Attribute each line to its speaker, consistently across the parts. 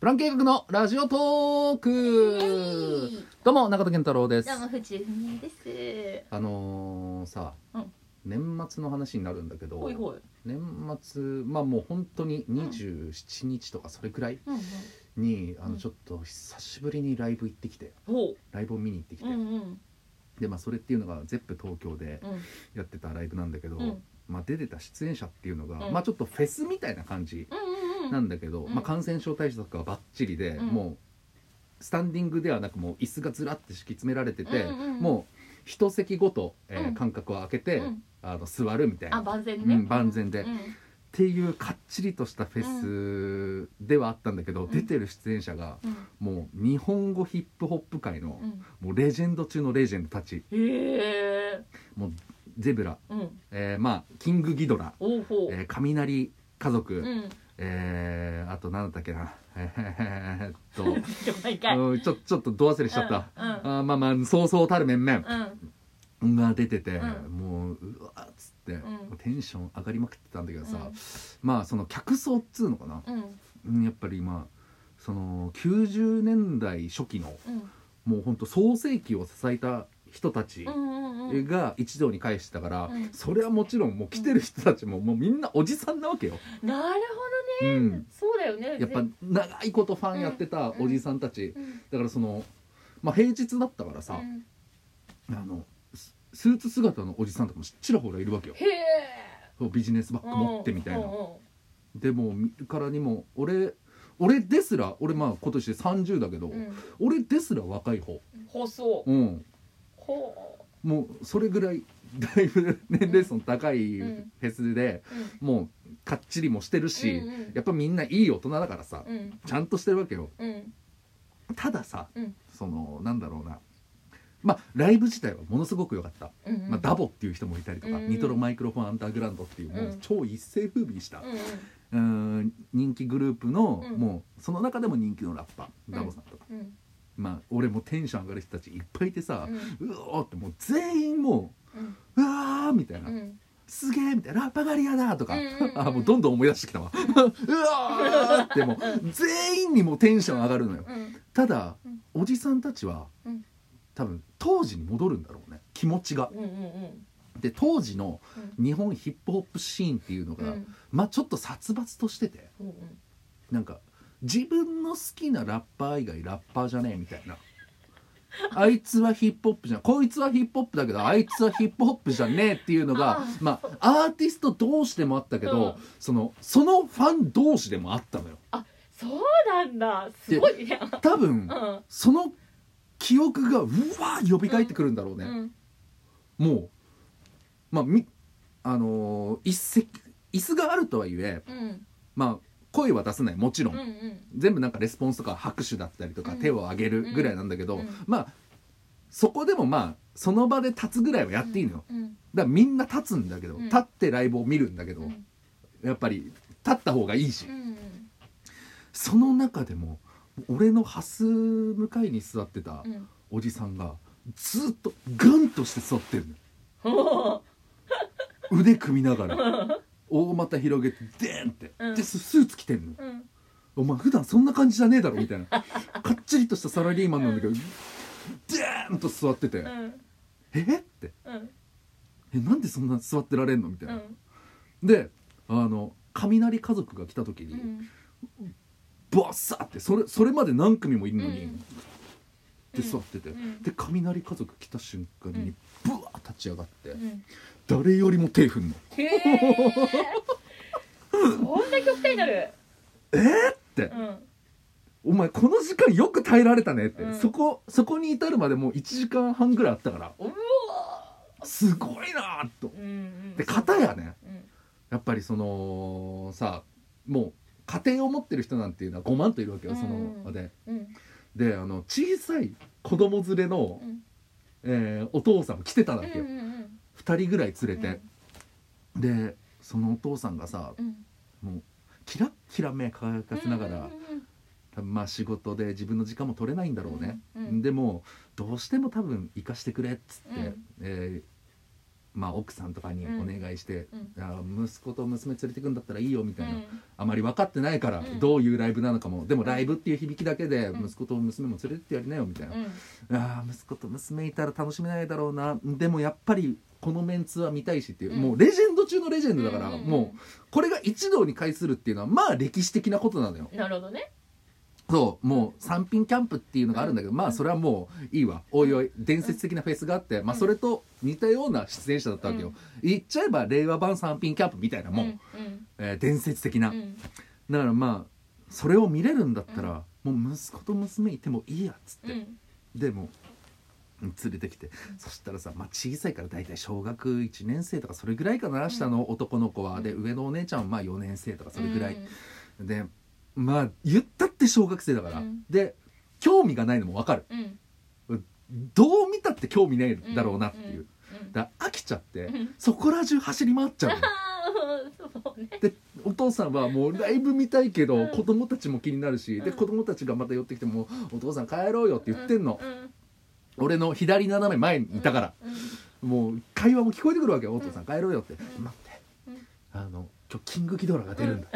Speaker 1: プラン計画のラジオトー
Speaker 2: イエ
Speaker 1: ク
Speaker 2: イ
Speaker 1: どうも中田健太郎です
Speaker 2: どうも藤井文江です。
Speaker 1: あのーさ、
Speaker 2: うん
Speaker 1: 年末の話になるんだけど
Speaker 2: ほいほい。
Speaker 1: 年末まあもう本当に27日とかそれくらい
Speaker 2: うんうん。
Speaker 1: に、あ
Speaker 2: う
Speaker 1: の
Speaker 2: ん
Speaker 1: ちょっと久しぶりにライブ行ってきて
Speaker 2: ほ
Speaker 1: ライブを見に行ってき
Speaker 2: う。う
Speaker 1: て、
Speaker 2: んうん。
Speaker 1: でまあそれっていうのが ZEP 東京で
Speaker 2: うん
Speaker 1: やってたライブなんだけど、
Speaker 2: うん
Speaker 1: まあ、出てた出演者っていうのが、
Speaker 2: うん
Speaker 1: まあちょっとフェスみたいな感じ
Speaker 2: うんうん。
Speaker 1: なんだけど、
Speaker 2: うん
Speaker 1: まあ、感染症対策はバッチリで、
Speaker 2: うん
Speaker 1: もうスタンディングではなくもう椅子がずらって敷き詰められてて、
Speaker 2: うんうんうん
Speaker 1: もう一席ごと、えー
Speaker 2: うん
Speaker 1: 間隔を空けて、
Speaker 2: うん
Speaker 1: あの座るみたいな
Speaker 2: あ
Speaker 1: っ
Speaker 2: 万全ね。
Speaker 1: うん万全で
Speaker 2: うん
Speaker 1: ていうかっちりとしたフェスではあったんだけど、
Speaker 2: ん
Speaker 1: 出てる出演者が
Speaker 2: うん
Speaker 1: もう日本語ヒップホップ界の
Speaker 2: う、ん。
Speaker 1: もうレジェンド中のレジェンドたち
Speaker 2: へえ。
Speaker 1: もうゼブラ、
Speaker 2: うん。
Speaker 1: えーまあキングギドラ、
Speaker 2: おうほう。
Speaker 1: えー雷家族、
Speaker 2: うん。
Speaker 1: えーあと何だっけなえーっ と。
Speaker 2: ちょ毎回。うん。
Speaker 1: うんちょちょっとど忘れしちゃった、
Speaker 2: うんうん
Speaker 1: あーまあまあそうそうたる面々
Speaker 2: うん。
Speaker 1: が出てて、
Speaker 2: うん
Speaker 1: もううわーっつって、
Speaker 2: ん
Speaker 1: テンション上がりまくってたんだけどさ、まあその客層っつうのかな、
Speaker 2: うん。
Speaker 1: うんやっぱりまあその90年代初期の
Speaker 2: うん。
Speaker 1: もうほんと創世期を支えた人たち
Speaker 2: うんうんうん。
Speaker 1: が一堂に会してたから、
Speaker 2: うん
Speaker 1: それはもちろんもう来てる人たちも、もうみんなおじさんなわけよ。
Speaker 2: なる
Speaker 1: うん
Speaker 2: ほど。そうだよね。
Speaker 1: やっぱ
Speaker 2: ぜ
Speaker 1: 長いことファンやってたおじさんたち、
Speaker 2: うん
Speaker 1: だからその、まあ、平日だったからさ、
Speaker 2: うん
Speaker 1: あのススーツ姿のおじさんとかもちらほらいるわけよ
Speaker 2: へえ。
Speaker 1: そうビジネスバッグ持ってみたいな
Speaker 2: うんうん
Speaker 1: でも見るからにも俺俺ですら俺まあ今年で30だけど、
Speaker 2: うん。
Speaker 1: 俺ですら若い方
Speaker 2: うん放送。
Speaker 1: うん
Speaker 2: ほ
Speaker 1: もうそれぐらいだいぶ年齢層の高いフ
Speaker 2: ん
Speaker 1: ェスで、
Speaker 2: う。うん
Speaker 1: もうかっちりもしてるし、
Speaker 2: うんうん
Speaker 1: やっぱみんないい大人だからさ、
Speaker 2: うん。
Speaker 1: ちゃんとしてるわけよ
Speaker 2: うん。
Speaker 1: たださ
Speaker 2: うん。
Speaker 1: そのなんだろうなまあライブ自体はものすごく良かった
Speaker 2: うん。
Speaker 1: まあ、ダボっていう人もいたりとか、
Speaker 2: うん
Speaker 1: ニトロマイクロフォンアンダーグラウンドっていうもう超一世風靡した、
Speaker 2: うんうん。
Speaker 1: うーん、人気グループの、
Speaker 2: うん
Speaker 1: もうその中でも人気のラッパーダボさんとか、
Speaker 2: うん。
Speaker 1: まあ俺もテンション上がる人たちいっぱいいてさ
Speaker 2: う、
Speaker 1: うおーってもう全員も
Speaker 2: うん。
Speaker 1: ううわーみたいな、
Speaker 2: うん。
Speaker 1: すげーみたいなラッパガリアだと
Speaker 2: う
Speaker 1: か、
Speaker 2: んうんうん
Speaker 1: あもうどんどん思い出してきたわうわーってもう全員にもうテンション上がるのよ
Speaker 2: うん。
Speaker 1: ただ、
Speaker 2: うん
Speaker 1: おじさんたちは、
Speaker 2: うん
Speaker 1: 多分当時に戻るんだろうね気持ちが
Speaker 2: うんうん
Speaker 1: で当時の日本ヒップホップシーンっていうの
Speaker 2: うんう
Speaker 1: が、
Speaker 2: ん
Speaker 1: まあちょっと殺伐としてて
Speaker 2: うん
Speaker 1: なんか自分の好きなラッパー以外ラッパーじゃねえみ たいなあいつはヒップホップじゃんこいつはヒップホップだけどあいつはヒップホップじゃねえっていうのが
Speaker 2: あー
Speaker 1: まあアーティスト同士でもあったけ
Speaker 2: う
Speaker 1: ど、
Speaker 2: ん
Speaker 1: そのそのファン同士でもあったのよ
Speaker 2: そうなんだすごいね
Speaker 1: 多分、
Speaker 2: うん
Speaker 1: その記憶がうわー呼び返ってくるんだろう
Speaker 2: う
Speaker 1: ね、
Speaker 2: ん
Speaker 1: もうまあみあのー一席椅子があるとはいえ、
Speaker 2: うん
Speaker 1: まあ声は出せないもちろん、
Speaker 2: うんうん
Speaker 1: 全部なんかレスポンスとか拍手だったりと
Speaker 2: う
Speaker 1: か、
Speaker 2: ん
Speaker 1: 手を上げるぐらいなんだけど、
Speaker 2: うん
Speaker 1: まあそこでもまあその場で立つぐらいはやっていいのよ、
Speaker 2: うん
Speaker 1: だからみんな立つんだけど、
Speaker 2: うん
Speaker 1: 立ってライブを見るんだけど、
Speaker 2: うん
Speaker 1: やっぱり立った方がいいし、
Speaker 2: うん
Speaker 1: その中でも俺のハス向かいに座ってた
Speaker 2: うん
Speaker 1: おじさんがずっとガンとして座ってるのよ
Speaker 2: お
Speaker 1: 腕組みな がら大股広げてデーンって、
Speaker 2: うん
Speaker 1: でススーツ着てんのよ
Speaker 2: ーうん
Speaker 1: お前普段そんな感じじゃねえだろみたいなかっちりとしたサラリーマンなんだけど、でーんと座ってて「
Speaker 2: うん
Speaker 1: えっ?」て
Speaker 2: うん
Speaker 1: 「えなんでそんな座ってられんの?」みたいうな、
Speaker 2: ん
Speaker 1: であの雷家族が来た時に、
Speaker 2: うん
Speaker 1: バッサーってそれそれまで何組もいるのに、
Speaker 2: うん
Speaker 1: って座ってて、
Speaker 2: うん
Speaker 1: で雷家族来た瞬間
Speaker 2: う
Speaker 1: に
Speaker 2: ん
Speaker 1: ブワー立ち上がって、
Speaker 2: うん
Speaker 1: 誰よりも手振んの
Speaker 2: へえそんな極端になる
Speaker 1: 「えーっ?」て、
Speaker 2: うん
Speaker 1: お前この時間よく耐えられたね」って、
Speaker 2: うん
Speaker 1: そこそこに至るまでもう1時間半ぐらいあったから
Speaker 2: うわ
Speaker 1: すごいなーと
Speaker 2: ーうんうん
Speaker 1: で片やね
Speaker 2: うん
Speaker 1: やっぱりそのさもう家庭を持ってる人なんていうのは5万といるわけよそ
Speaker 2: うんう
Speaker 1: の
Speaker 2: ん
Speaker 1: で
Speaker 2: うん
Speaker 1: であの小さい子供連れの
Speaker 2: う、ん
Speaker 1: えーお父さんも来てたわけ
Speaker 2: う
Speaker 1: よ、
Speaker 2: んうん
Speaker 1: 2人ぐらい連れ
Speaker 2: う
Speaker 1: て
Speaker 2: ん、
Speaker 1: でそのお父さんがさ
Speaker 2: うん
Speaker 1: もうキラッキラ目輝かせなが
Speaker 2: う
Speaker 1: ら、
Speaker 2: んうん
Speaker 1: 多分まあ仕事で自分の時間も取れないんだろうね、
Speaker 2: うんうん
Speaker 1: でもどうしても多分生かしてくれっつって、
Speaker 2: うん
Speaker 1: えーまあ、奥さんとかにお願いして、
Speaker 3: うん
Speaker 1: あ息子と娘連れてくんだったらいいよみたいな、
Speaker 3: うん
Speaker 1: あまり分かってないから、
Speaker 3: うん
Speaker 1: どういうライブなのかもでもライブっていう響きだけで
Speaker 3: うん
Speaker 1: 息子と娘も連れてってやりなよみたいな、
Speaker 3: うん
Speaker 1: あー息子と娘いたら楽しめないだろうなでもやっぱりこのメンツは見たいしっていう、
Speaker 3: うん
Speaker 1: もうレジェンド中のレジェンドだから、
Speaker 3: うんうんうん
Speaker 1: もうこれが一堂に会するっていうのはまあ歴史的なことなのよ
Speaker 3: なるほどね
Speaker 1: そうもう三品キャンプっていうのがあるんだけど、まあそれはもういいわおいおい伝説的なフェスがあって、まあそれと似たような出演者だったわけよ、言っちゃえば令和版三品キャンプみたいなもん、
Speaker 3: うんうん
Speaker 1: えー伝説的な、
Speaker 3: うん
Speaker 1: だからまあそれを見れるんだったら、もう息子と娘いてもいいやっつって、
Speaker 3: うん
Speaker 1: でもう連れてきて、そしたらさ、まあ、小さいから大体小学1年生とかそれぐらいかな、下の男の子は、で上のお姉ちゃんはまあ4年生とかそれぐらい、でまあ言ったって小学生だから、
Speaker 3: うん
Speaker 1: で興味がないのも分かる
Speaker 3: うんうん
Speaker 1: どう見たって興味ないだろうなっていう、
Speaker 3: うん
Speaker 1: だから飽きちゃって、
Speaker 3: うん
Speaker 1: そこら中走り回っちゃうの
Speaker 3: あーそうね
Speaker 1: でお父さんはもうライブ見たいけど、
Speaker 3: うん
Speaker 1: 子供たちも気になるし、で
Speaker 3: うん
Speaker 1: 子供たちがまた寄ってきても「お父さん帰ろうよ」って言ってんの、
Speaker 3: うん
Speaker 1: 俺の左斜め前にいたから、
Speaker 3: うん
Speaker 1: もう会話も聞こえてくるわけよ「お父さん帰ろうよ」って「
Speaker 3: うん
Speaker 1: 待って、
Speaker 3: うん
Speaker 1: あの今日キングギドラが出るんだ、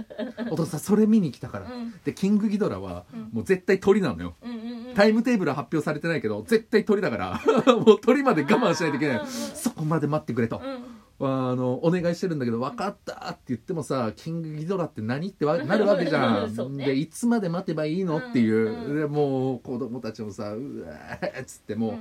Speaker 1: お父さんそれ見に来たから」
Speaker 3: うん
Speaker 1: でキングギドラは
Speaker 3: うん
Speaker 1: もう絶対鳥なのよ
Speaker 3: うんうんうん
Speaker 1: タイムテーブルは発表されてないけど絶対鳥だから もう鳥まで我慢しないといけない
Speaker 3: うんうん
Speaker 1: そこまで待ってくれと、
Speaker 3: うん
Speaker 1: あのお願いしてるんだけど「分かった」って言ってもさ「キングギドラって何?」ってわなるわけじゃ、
Speaker 3: そうんね
Speaker 1: でいつまで待てばいいのっていう、
Speaker 3: うんうん
Speaker 1: でもう子供たちもさ「うわー」っつっても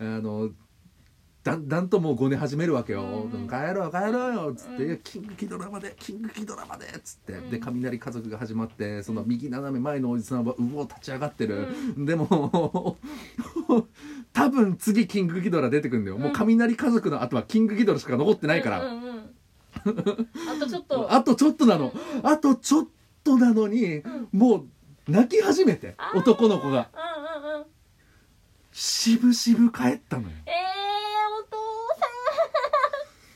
Speaker 1: う、あのだんだんともうごね始めるわけよ「
Speaker 3: うん
Speaker 1: 帰ろう帰ろうよ」っつって、
Speaker 3: うん
Speaker 1: いやキングギドラまでキングギドラまで」っつって、
Speaker 3: うん
Speaker 1: で雷家族が始まってその右斜め前のおじさんはうお立ち上がってる、でも多分次キングギドラ出てくんだよ、もう雷家族の後はキングギドラしか残ってないから。
Speaker 3: うんうんうんあとちょっと
Speaker 1: あとちょっとなの。あとちょっとなのに、もう泣き始めて、男の子が。
Speaker 3: うんうんうん
Speaker 1: しぶしぶ帰ったのよ。
Speaker 3: えーお父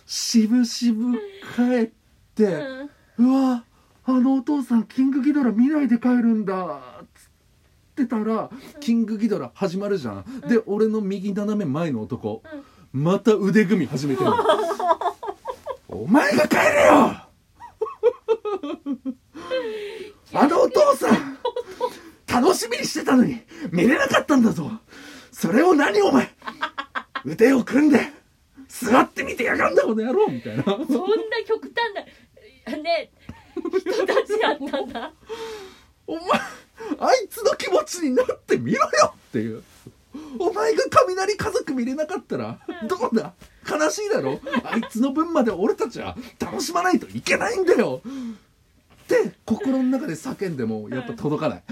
Speaker 1: しぶしぶ帰って、
Speaker 3: さん
Speaker 1: うわ、あのお父さんキングギドラ見ないで帰るんだ、つってたら、キングギドラ始まるじゃん。で、俺の右斜め前の男、また腕組み始めてるの。お前が帰れよあのお父さん楽しみにしてたのに見れなかったんだぞそれを何お前腕を組んで座ってみてやがんだこの野郎みたいな
Speaker 3: そんな極端なね人たちだったんだ
Speaker 1: お前あいつの気持ちになってみろよっていうお前が雷家族見れなかったらどうだ悲しいだろあいつの分まで俺たちは楽しまないといけないんだよって心の中で叫んでもやっぱ届かない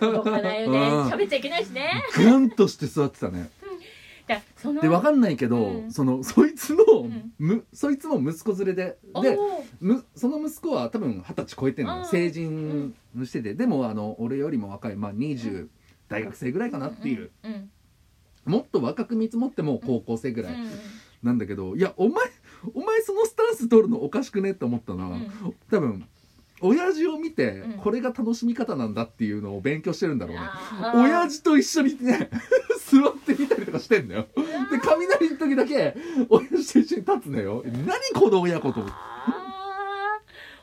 Speaker 3: 動かないよね
Speaker 1: うん
Speaker 3: 喋っちゃいけないしね
Speaker 1: グンとして座ってたね
Speaker 3: だからその
Speaker 1: でわかんないけど、
Speaker 3: うん
Speaker 1: そのそいつの、
Speaker 3: ん
Speaker 1: むそいつも息子連れで
Speaker 3: お
Speaker 1: で
Speaker 3: ー
Speaker 1: むその息子は多分二十歳超えてんの
Speaker 3: う
Speaker 1: よ
Speaker 3: ん
Speaker 1: 成人してて、でもあの俺よりも若い、まあ、20、大学生ぐらいかなっていう、
Speaker 3: うんうん
Speaker 1: もっと若く見積もっても高校生ぐらい
Speaker 3: うん
Speaker 1: なんだけど、いやお前お前そのスタンス取るのおかしくねって思ったのは、
Speaker 3: うん
Speaker 1: 多分親父を見て
Speaker 3: うん
Speaker 1: これが楽しみ方なんだっていうのを勉強してるんだろうね、
Speaker 3: あー
Speaker 1: 親父と一緒にね 座ってみたりとかしてんだよで雷の時だけ親父と一緒に立つのよ何この親子と思って
Speaker 3: あ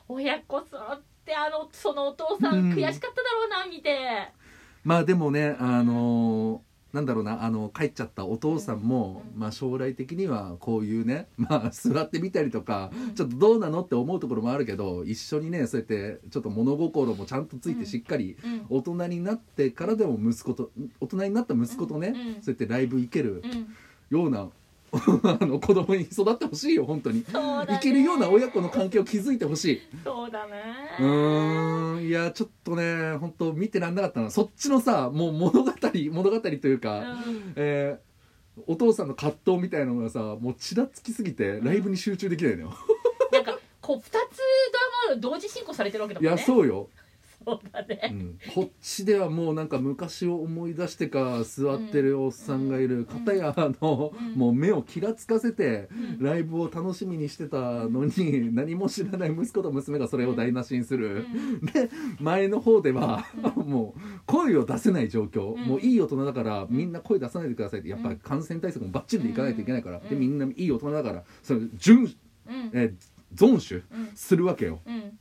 Speaker 3: ー親子そろってあのそのお父さ
Speaker 1: うん
Speaker 3: ん悔しかっただろうな見て
Speaker 1: まあでもねあのーなんだろうなあの帰っちゃったお父さんも、
Speaker 3: うん
Speaker 1: まあ、将来的にはこういうね、まあ、座ってみたりとか、
Speaker 3: うん
Speaker 1: ちょっとどうなのって思うところもあるけど一緒にねそうやってちょっと物心もちゃんとついてしっかり
Speaker 3: うん
Speaker 1: 大人になってからでも息子と大人になった息子とね、
Speaker 3: うんう
Speaker 1: そ
Speaker 3: ん
Speaker 1: うやってライブ行ける
Speaker 3: うん
Speaker 1: ような、 あの子供に育ってほしいよ本当に。
Speaker 3: そうだね
Speaker 1: いけるような親子の関係を築いてほしい。
Speaker 3: そうだね
Speaker 1: うーん、いや、ちょっとね、本当見てらんなかったな。そっちのさ、もう物語、物語というか、
Speaker 3: うん
Speaker 1: えーお父さんの葛藤みたいなのがさ、もうちらつきすぎて、ライブに集中できないのよ。
Speaker 3: なんかこう二つドラマが同時進行されてるわけだ
Speaker 1: い
Speaker 3: もん
Speaker 1: や、
Speaker 3: ね
Speaker 1: そうよ。
Speaker 3: そうだね。
Speaker 1: こっちではもうなんか昔を思い出してか座ってるおっさんがいる片やあの
Speaker 3: うん
Speaker 1: もう目をきらつかせて
Speaker 3: うん
Speaker 1: ライブを楽しみにしてたのに何も知らない息子と娘がそれを台無しにするで前の方ではもう声を出せない状況
Speaker 3: うん
Speaker 1: もういい大人だからみんな声出さないでくださいってやっぱ感染対策もバッチリでいかないといけないから
Speaker 3: うん
Speaker 1: でみんないい大人だからそれ順
Speaker 3: うん
Speaker 1: えー遵守
Speaker 3: うん
Speaker 1: するわけよ
Speaker 3: うん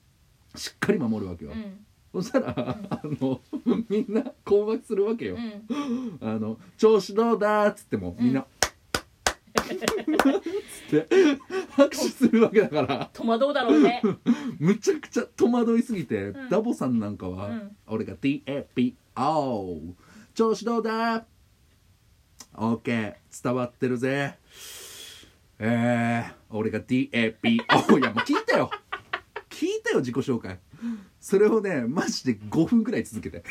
Speaker 1: しっかり守るわけよ
Speaker 3: うん
Speaker 1: そしたらあのみんな困惑するわけよ
Speaker 3: うん
Speaker 1: あの「調子どうだ?」っつってもみんな、
Speaker 3: う
Speaker 1: つって拍手するわけだから
Speaker 3: 戸惑うだろうね。
Speaker 1: むちゃくちゃ戸惑いすぎて、
Speaker 3: ん
Speaker 1: ダボさんなんかは、
Speaker 3: うん
Speaker 1: 俺が DAPO「調子どうだ?」「OK 伝わってるぜ」えー、俺が DAPO いやもう聞いたよ聞いたよ自己紹介それをねマジで5分くらい続けて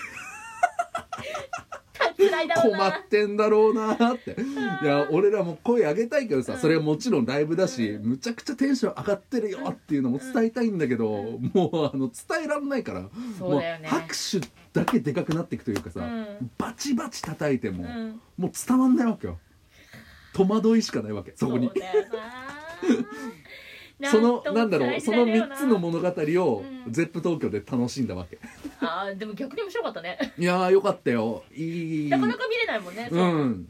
Speaker 3: 辛いだろう
Speaker 1: 困
Speaker 3: な
Speaker 1: っ。てんだろうなーっていや俺らも声上げたいけどさそれはもちろんライブだしむちゃくちゃテンション上がってるよっていうのも伝えたいんだけどもうあの伝えらんないから
Speaker 3: そ
Speaker 1: も
Speaker 3: う
Speaker 1: う
Speaker 3: だよね。
Speaker 1: 拍手だけでかくなっていくというかさ
Speaker 3: うん
Speaker 1: バチバチ叩いて
Speaker 3: う
Speaker 1: も
Speaker 3: ん。
Speaker 1: もう伝わんないわけよ戸惑いしかないわけそこに
Speaker 3: うだよな
Speaker 1: そのなんだろ
Speaker 3: な
Speaker 1: うん
Speaker 3: と
Speaker 1: そ
Speaker 3: も
Speaker 1: の
Speaker 3: 辛い時代だよ
Speaker 1: 3
Speaker 3: な
Speaker 1: つの物語を
Speaker 3: うん
Speaker 1: ZEP 東京で楽しんだわけ
Speaker 3: あーでも逆に面白かったね
Speaker 1: いやーよかったよいい
Speaker 3: なかなか見れないもんね、そううん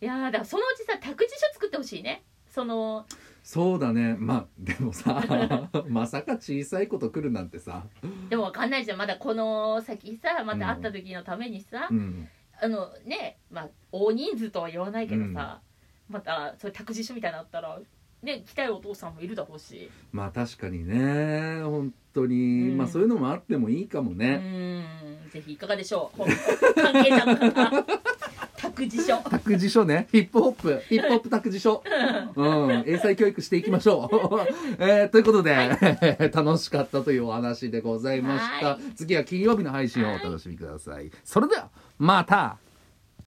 Speaker 3: いやーだからそのうちさ託児所作ってほしいねその
Speaker 1: そうだねまあでもさ まさか小さいこと来るなんてさ、
Speaker 3: でもわかんないじゃんまだこの先さまた会った時のためにさ、
Speaker 1: うん、
Speaker 3: あのねまあ大人数とは言わないけどさ、またそういう託児所みたいなのあったらね来たいお父さんもいるだろうし
Speaker 1: まあ確かにね本当に、
Speaker 3: うん
Speaker 1: まあそういうのもあってもいいかも
Speaker 3: う
Speaker 1: ね、
Speaker 3: ーんぜひいかがでしょうほん関係者の方託児所
Speaker 1: 託児所ねヒップホップヒップホップ託児所うん英才教育していきましょう、 えーということで、楽しかったというお話でございました
Speaker 3: は
Speaker 1: 次は金曜日の配信をお楽しみくださいそれではまた